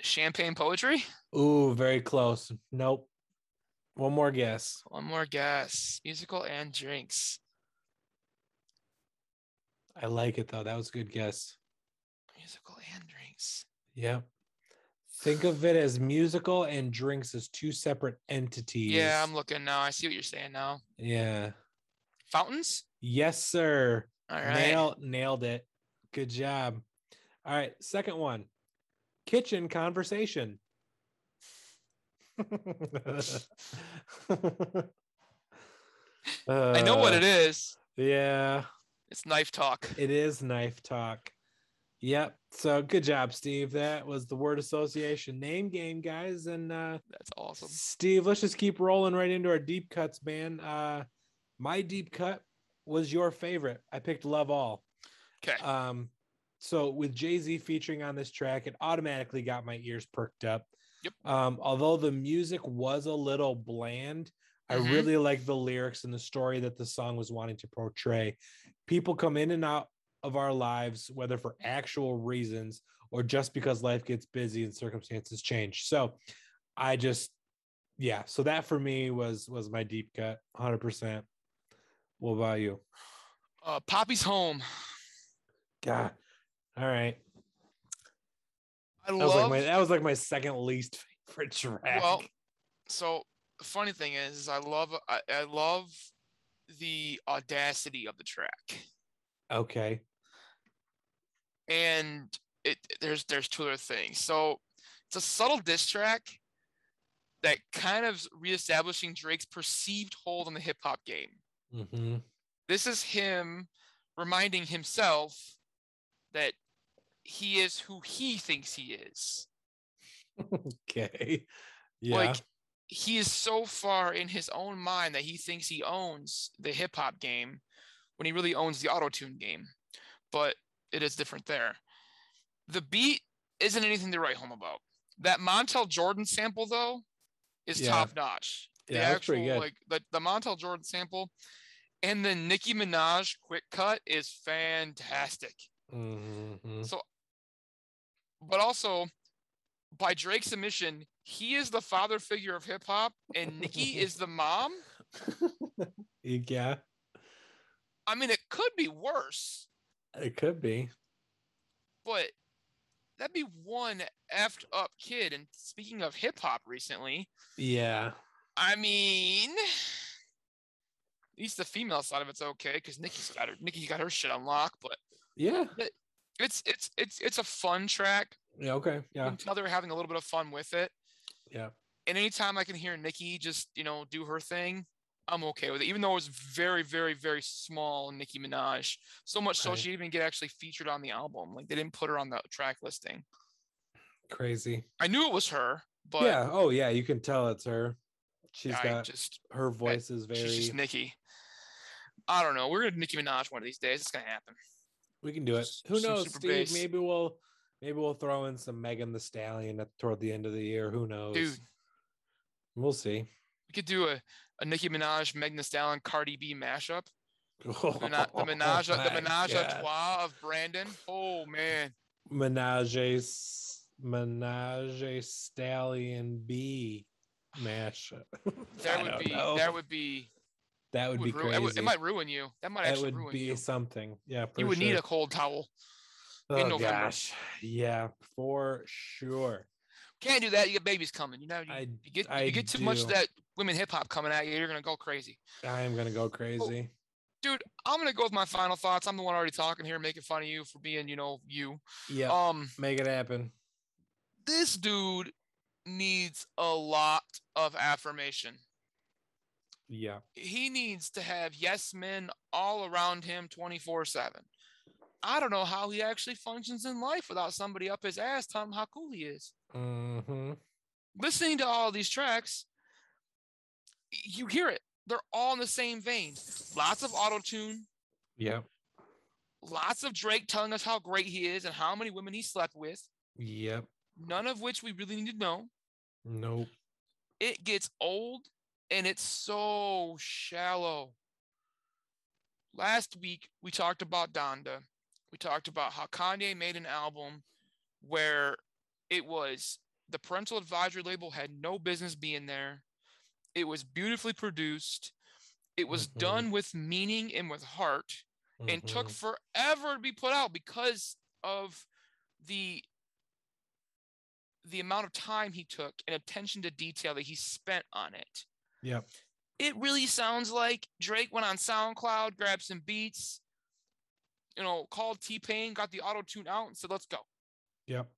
B: champagne poetry
D: Ooh, very close. Nope. One more guess.
B: one more guess musical and drinks
D: I like it though. That was a good guess.
B: musical and drinks
D: Yeah. Think of it as musical and drinks as two separate entities.
B: yeah i'm looking now i see what you're saying now
D: yeah.
B: fountains
D: Yes, sir.
B: all right
D: Nail, nailed it. Good job. All right. Second one kitchen conversation.
B: i know what it is
D: Uh, Yeah,
B: it's knife talk
D: it is knife talk. Yep. So good job, Steve. That was the word association name game, guys. And uh,
B: that's awesome
D: Steve, let's just keep rolling right into our deep cuts, man. Uh, my deep cut was your favorite. I picked Love All.
B: okay
D: Um, so with Jay Z featuring on this track, it automatically got my ears perked up.
B: Yep.
D: Um, although the music was a little bland, I
B: Mhm.
D: really like the lyrics and the story that the song was wanting to portray. People come in and out of our lives, whether for actual reasons or just because life gets busy and circumstances change. So I just, yeah. So that for me was was my deep cut, hundred percent. What about you?
B: uh poppy's home
D: God. All right.
B: i
D: That was,
B: love
D: like my, that was like my second least favorite track.
B: Well, so the funny thing is, is I love I, I love the audacity of the track,
D: okay.
B: and it there's there's two other things. So it's a subtle diss track that kind of reestablishing Drake's perceived hold on the hip hop game.
D: Mm-hmm.
B: This is him reminding himself that he is who he thinks he is.
D: Okay. Yeah.
B: Like he is so far in his own mind that he thinks he owns the hip hop game when he really owns the auto tune game. But it is different there. The beat isn't anything to write home about. That Montel Jordan sample though is
D: Yeah.
B: top notch. The
D: Yeah, that's
B: actual
D: pretty good.
B: like the, the Montel Jordan sample and the Nicki Minaj quick cut is fantastic.
D: Mhm.
B: But also by Drake's admission, he is the father figure of hip hop and Nicki is the mom.
D: Yeah,
B: I mean, it could be worse,
D: it could be.
B: but that'd be one effed up kid. And speaking of hip hop recently,
D: Yeah.
B: I mean, at least the female side of it's okay because Nikki's got her Nikki got her shit on lock. But
D: Yeah.
B: it's it's it's it's a fun track.
D: Yeah. Okay.
B: You
D: Yeah.
B: can tell they're having a little bit of fun with it.
D: Yeah.
B: And anytime I can hear Nikki just you know do her thing, I'm okay with it. Even though it was very very very small Nicki Minaj, so much so
D: Right.
B: she didn't even get actually featured on the album. Like they didn't put her on the track listing.
D: Crazy.
B: I knew it was her, but
D: yeah. Oh yeah. You can tell it's her. She's
B: I
D: got
B: just
D: her voice is very.
B: she's just Nicki. I don't know. We're gonna Nicki Minaj one of these days. It's gonna happen.
D: we can do it.
B: s-
D: Who
B: some
D: knows,
B: super
D: Steve?
B: bass.
D: Maybe we'll maybe we'll throw in some Megan the Stallion at, toward the end of the year. Who knows?
B: Dude.
D: We'll see.
B: We could do a, a Nicki Minaj, Megan Thee Stallion, Cardi B mashup. The, mena- the Minaj,
D: Oh
B: the
D: my
B: Menage a
D: God.
B: Trois of Brandon. Oh man,
D: Menage's Menage Stallion B mashup. I
B: that would
D: don't
B: be
D: know.
B: that would be
D: that would be
B: would ru-
D: crazy.
B: it, would- it might ruin you. That might
D: that
B: actually
D: would
B: ruin
D: be
B: you.
D: something. Yeah, for
B: You would need
D: sure.
B: a cold towel.
D: oh,
B: in November.
D: Gosh. Yeah, for sure.
B: Can't do that. You get babies coming. You know, you,
D: I
B: you get
D: I
B: you get too much
D: do.
B: of that women hip hop coming at you. You're gonna go crazy,
D: I am gonna go crazy.
B: dude. I'm gonna go with my final thoughts. I'm the one already talking here, making fun of you for being, you know, you.
D: Yeah,
B: Um.
D: make it happen.
B: this dude needs a lot of affirmation.
D: Yeah,
B: He needs to have yes men all around him 24 7. I don't know how he actually functions in life without somebody up his ass telling him how cool he is.
D: hmm
B: Listening to all these tracks, you hear it. They're all in the same vein. Lots of auto tune,
D: yeah,
B: lots of Drake telling us how great he is and how many women he slept with,
D: yep.
B: none of which we really need to know.
D: Nope.
B: it gets old and it's so shallow. Last week, we talked about Donda. We talked about how Kanye made an album where it was the parental advisory label had no business being there. It was beautifully produced. It was
D: Mhm.
B: done with meaning and with heart and took
D: Mhm.
B: forever to be put out because of the the amount of time he took and attention to detail that he spent on it.
D: Yep.
B: It really sounds like Drake went on SoundCloud, grabbed some beats, you know, called T Pain, got the auto tune out, and said, "Let's go."
D: Yep.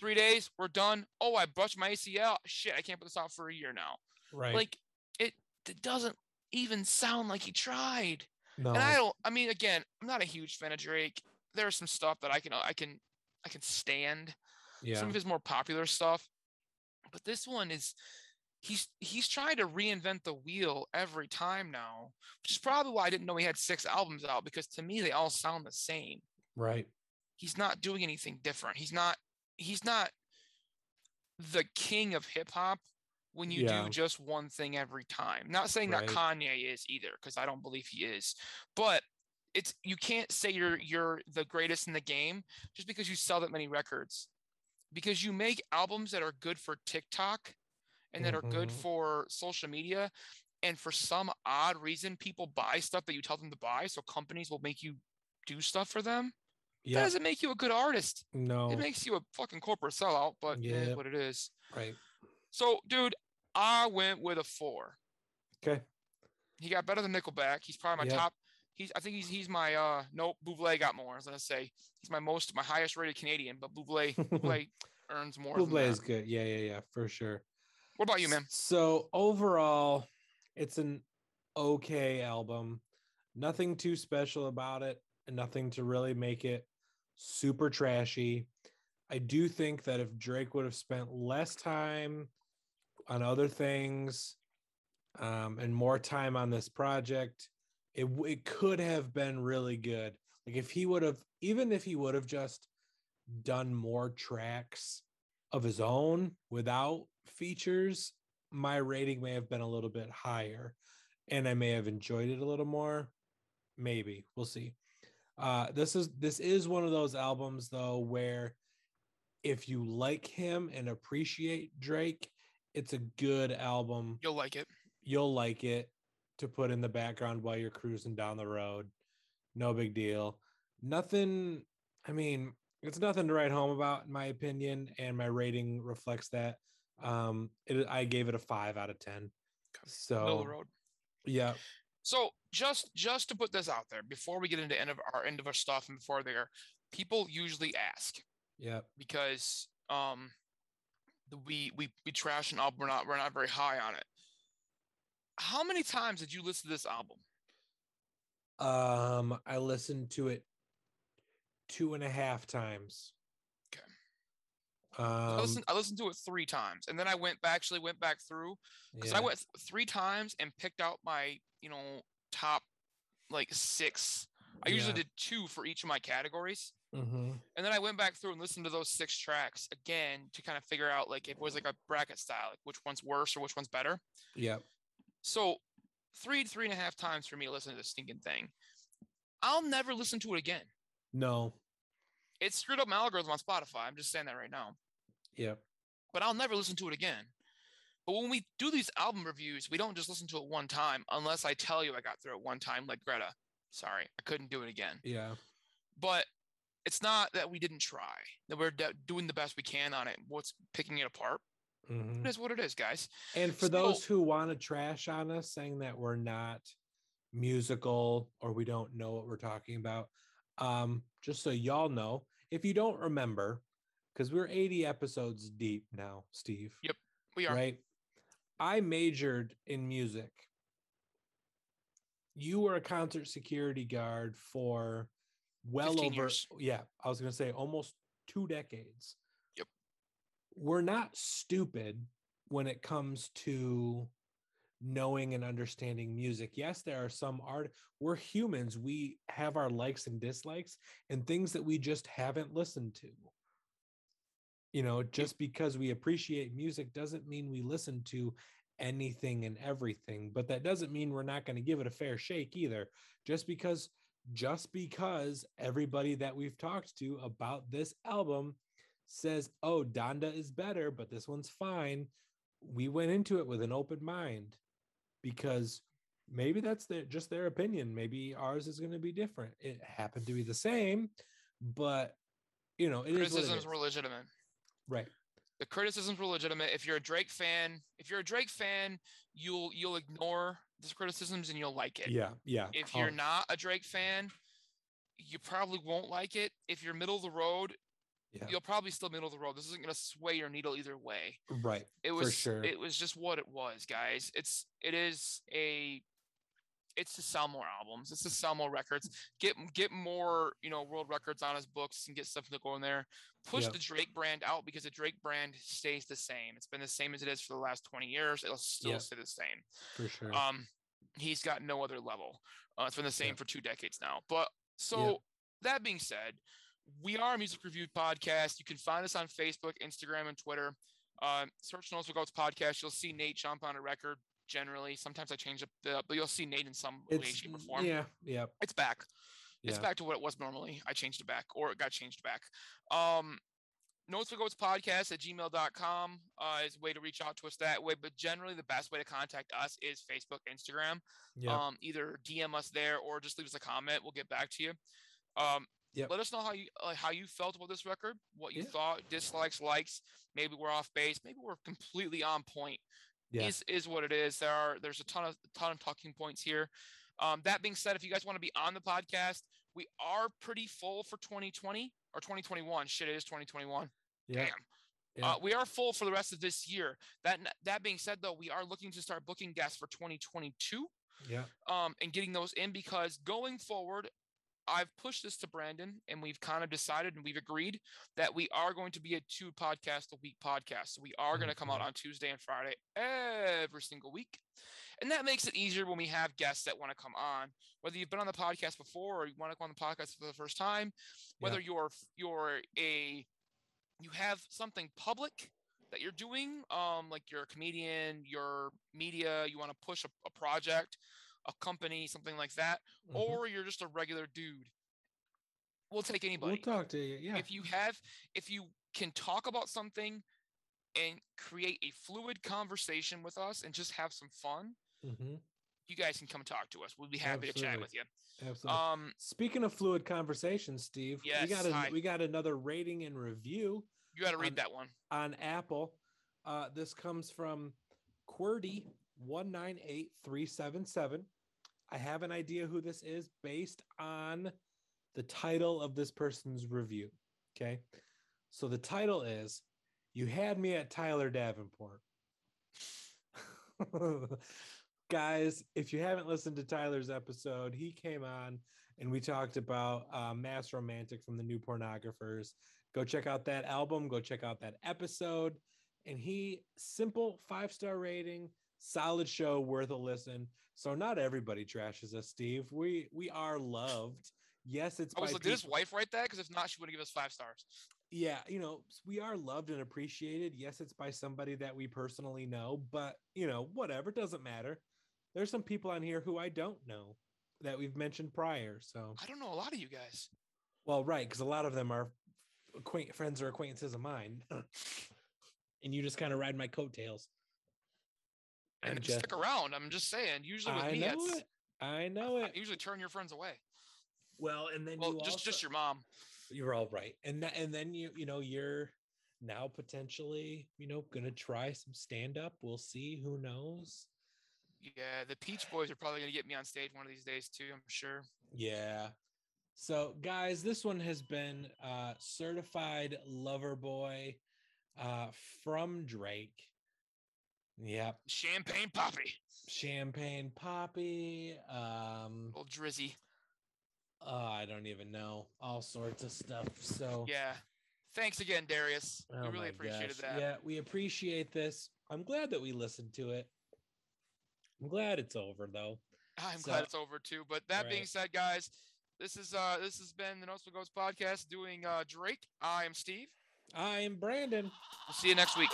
B: Three days, we're done. Oh, I brushed my ACL. Shit, I can't put this out for a year now.
D: Right.
B: Like it, it doesn't even sound like he tried.
D: no.
B: And I don't. I mean, again, I'm not a huge fan of Drake. There's some stuff that I can, I can, I can stand.
D: yeah.
B: Some of his more popular stuff, but this one is, he's he's trying to reinvent the wheel every time now, which is probably why I didn't know he had six albums out because to me they all sound the same
D: right.
B: he's not doing anything different. He's not he's not the king of hip hop when you
D: Yeah.
B: do just one thing every time. Not saying that Kanye is either, because I don't believe he is. But it's you can't say you're you're the greatest in the game just because you sell that many records. Because you make albums that are good for TikTok and that are good
D: Mhm.
B: for social media. And for some odd reason, people buy stuff that you tell them to buy. So companies will make you do stuff for them that
D: Yeah. Oh.
B: doesn't make you a good artist.
D: No.
B: It makes you a fucking corporate sellout, but yeah.
D: Yep.
B: what it is.
D: right.
B: So, dude, I went with a four.
D: Okay.
B: He got better than Nickelback. He's probably my
D: Yep.
B: top. He's I think he's he's my uh nope. Buble got more. I was gonna say he's my most my highest rated Canadian, but Buble Buble earns more. than
D: Buble
B: that.
D: is good. Yeah. Yeah. Yeah. For sure.
B: What about you, man?
D: So overall, it's an okay album. Nothing too special about it, and nothing to really make it super trashy. I do think that if Drake would have spent less time on other things um, and more time on this project, it w- it could have been really good. Like if he would have, even if he would have just done more tracks of his own without features, my rating may have been a little bit higher and I may have enjoyed it a little more. Maybe we'll see. Uh, this is this is one of those albums though where if you like him and appreciate Drake, it's a good album.
B: You'll like it.
D: You'll like it to put in the background while you're cruising down the road. No big deal. Nothing. I mean, it's nothing to write home about, in my opinion, and my rating reflects that. Um, it, I gave it a five out of ten.
B: Middle of the
D: So
B: road.
D: yeah,
B: So just just to put this out there before we get into end of our end of our stuff and before there, people usually ask.
D: yeah,
B: because um the- we we we trash an album we're not we're not very high on it how many times did you listen to this album
D: Um, I listened to it two and a half times.
B: Okay. i
D: Um,
B: listened i listened to it three times and then i went back actually went back through because i
D: yeah.
B: went th- three times and picked out my you know top like six i usually
D: Yeah.
B: did two for each of my categories
D: Mhm.
B: and then i went back through and listened to those six tracks again to kind of figure out like if it was like a bracket style like which one's worse or which one's better
D: Yep.
B: So three, three and a half times for me to listen to this stinking thing. I'll never listen to it again.
D: No.
B: It screwed up my algorithm on Spotify. I'm just saying that right now.
D: Yep.
B: But I'll never listen to it again. But when we do these album reviews, we don't just listen to it one time unless I tell you I got through it one time, like Greta. Sorry, I couldn't do it again.
D: Yeah.
B: But it's not that we didn't try, that we're de- doing the best we can on it. What's picking it apart?
D: Mhm.
B: It is what it is, guys.
D: And for
B: So-
D: those who want to trash on us, saying that we're not musical or we don't know what we're talking about, um, just so y'all know, if you don't remember, because we're 80 episodes deep now, Steve.
B: We are.
D: right? I majored in music. You were a concert security guard for well
B: 15
D: over,
B: years.
D: yeah, I was going to say almost two decades.
B: Yep.
D: We're not stupid when it comes to knowing and understanding music. Yes, there are some art. We're humans. We have our likes and dislikes and things that we just haven't listened to. You know, just because we appreciate music doesn't mean we listen to anything and everything, but that doesn't mean we're not going to give it a fair shake either. Just because just because everybody that we've talked to about this album says, "Oh, Donda is better, but this one's fine." We went into it with an open mind because maybe that's their, just their opinion. Maybe ours is going to be different. It happened to be the same, but you know, it is what it
B: Criticisms
D: is.
B: were legitimate.
D: right.
B: the criticisms were legitimate. If you're a Drake fan, if you're a Drake fan, you'll you'll ignore the criticisms and you'll like it.
D: Yeah, yeah.
B: If you're
D: Oh,
B: not a Drake fan, you probably won't like it. If you're middle of the road,
D: Yeah.
B: you'll probably still middle of the road. This isn't gonna sway your needle either way.
D: right,
B: It was
D: sure.
B: it was just what it was, guys. It's it is a it's to sell more albums. It's to sell more records. Get get more you know world records on his books and get stuff to go in there. Push
D: Yep.
B: the Drake brand out because the Drake brand stays the same. It's been the same as it is for the last twenty years. It'll still
D: Yep.
B: stay the same.
D: for sure.
B: Um, he's got no other level. Uh, it's been the same
D: Yep.
B: for two decades now. But so that being said, we are a music review podcast. You can find us on Facebook, Instagram, and Twitter. Uh, search Notes Goats podcast. You'll see Nate jump on a record. Generally, sometimes I change up the, but you'll see Nate in some way,
D: it's
B: shape, or form.
D: yeah, yeah,
B: It's back. It's
D: yeah.
B: back to what it was normally. I changed it back, or it got changed back. Um, Notes for Goats podcast at gmail.com uh, is a way to reach out to us that way. But generally, the best way to contact us is Facebook, Instagram.
D: yeah.
B: Um, either DM us there or just leave us a comment. We'll get back to you. Um,
D: Yep.
B: Let us know how you uh, how you felt about this record, what you
D: Yeah.
B: thought, dislikes, likes. Maybe we're off base. Maybe we're completely on point.
D: Yeah.
B: Is is what it is. There are there's a ton of ton of talking points here. Um, that being said, if you guys want to be on the podcast, we are pretty full for 2020 or 2021. Shit, it is 2021.
D: yeah.
B: Damn.
D: Yeah.
B: Uh, we are full for the rest of this year. That that being said, though, we are looking to start booking guests for 2022
D: Yeah.
B: um, and getting those in because going forward, I've pushed this to Brandon and we've kind of decided and we've agreed that we are going to be a two podcast a week podcast. So we are going to come out
D: Mhm.
B: on Tuesday and Friday every single week. And that makes it easier when we have guests that want to come on, whether you've been on the podcast before or you want to come on the podcast for the first time, whether you're you're a you have something public that you're doing, um, like you're a comedian, your media, you want to push a, a project, a company, something like that,
D: Mm-hmm.
B: or you're just a regular dude. We'll take anybody
D: we'll talk to you. Yeah.
B: if you have if you can talk about something and create a fluid conversation with us and just have some fun
D: hmm
B: you guys can come talk to us we'll be happy to chat
D: Absolutely.
B: with you
D: Absolutely.
B: um
D: Speaking of fluid conversation, Steve,
B: Yes,
D: we got a,
B: hi.
D: we got another rating and review
B: you got to read
D: Um,
B: that one
D: on Apple. Uh, this comes from QWERTY one nine eight three seven seven. I have an idea who this is based on the title of this person's review. Okay, so the title is "You Had Me at Tyler Davenport." Guys, if you haven't listened to Tyler's episode, he came on and we talked about uh, Mass Romantic from the New Pornographers go check out that album go check out that episode and he simple five star rating solid show worth a listen so not everybody trashes us steve we we are loved yes it's
B: i was
D: by
B: like did his
D: people-
B: wife write that because if not she would have given us five stars
D: yeah you know we are loved and appreciated yes it's by somebody that we personally know but you know whatever doesn't matter there's some people on here who i don't know that we've mentioned prior so
B: i don't know a lot of you guys
D: well, right, because a lot of them are acquaint- friends or acquaintances of mine, and you just kind of ride my coattails.
B: and
D: I'm
B: if you
D: just-
B: stick around i'm just saying usually with
D: I
B: me
D: know
B: that's
D: it. I know
B: I
D: it.
B: usually turn your friends away
D: Well, and then
B: well
D: you
B: just
D: also,
B: just your mom
D: you're all right, and that, and then you you know you're now potentially you know gonna try some stand up. We'll see. Who knows?
B: yeah the peach boys are probably going to get me on stage one of these days too i'm sure
D: Yeah. So guys, this one has been uh certified lover boy uh from Drake. Yep.
B: champagne poppy
D: champagne poppy um
B: little drizzy
D: uh, i don't even know all sorts of stuff so
B: yeah thanks again darius
D: Oh
B: we really
D: my
B: appreciated
D: gosh.
B: that
D: yeah we appreciate this i'm glad that we listened to it i'm glad it's over though
B: I'm
D: So-
B: glad it's over too. But that being
D: Right.
B: said, guys, this is uh this has been the Noticeable Ghost podcast doing uh Drake. I am Steve.
D: i'm brandon
B: We'll see you next week.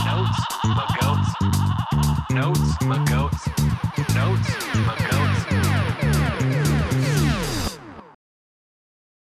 A: Notes, my goats. Notes, my goats. Notes, my goats.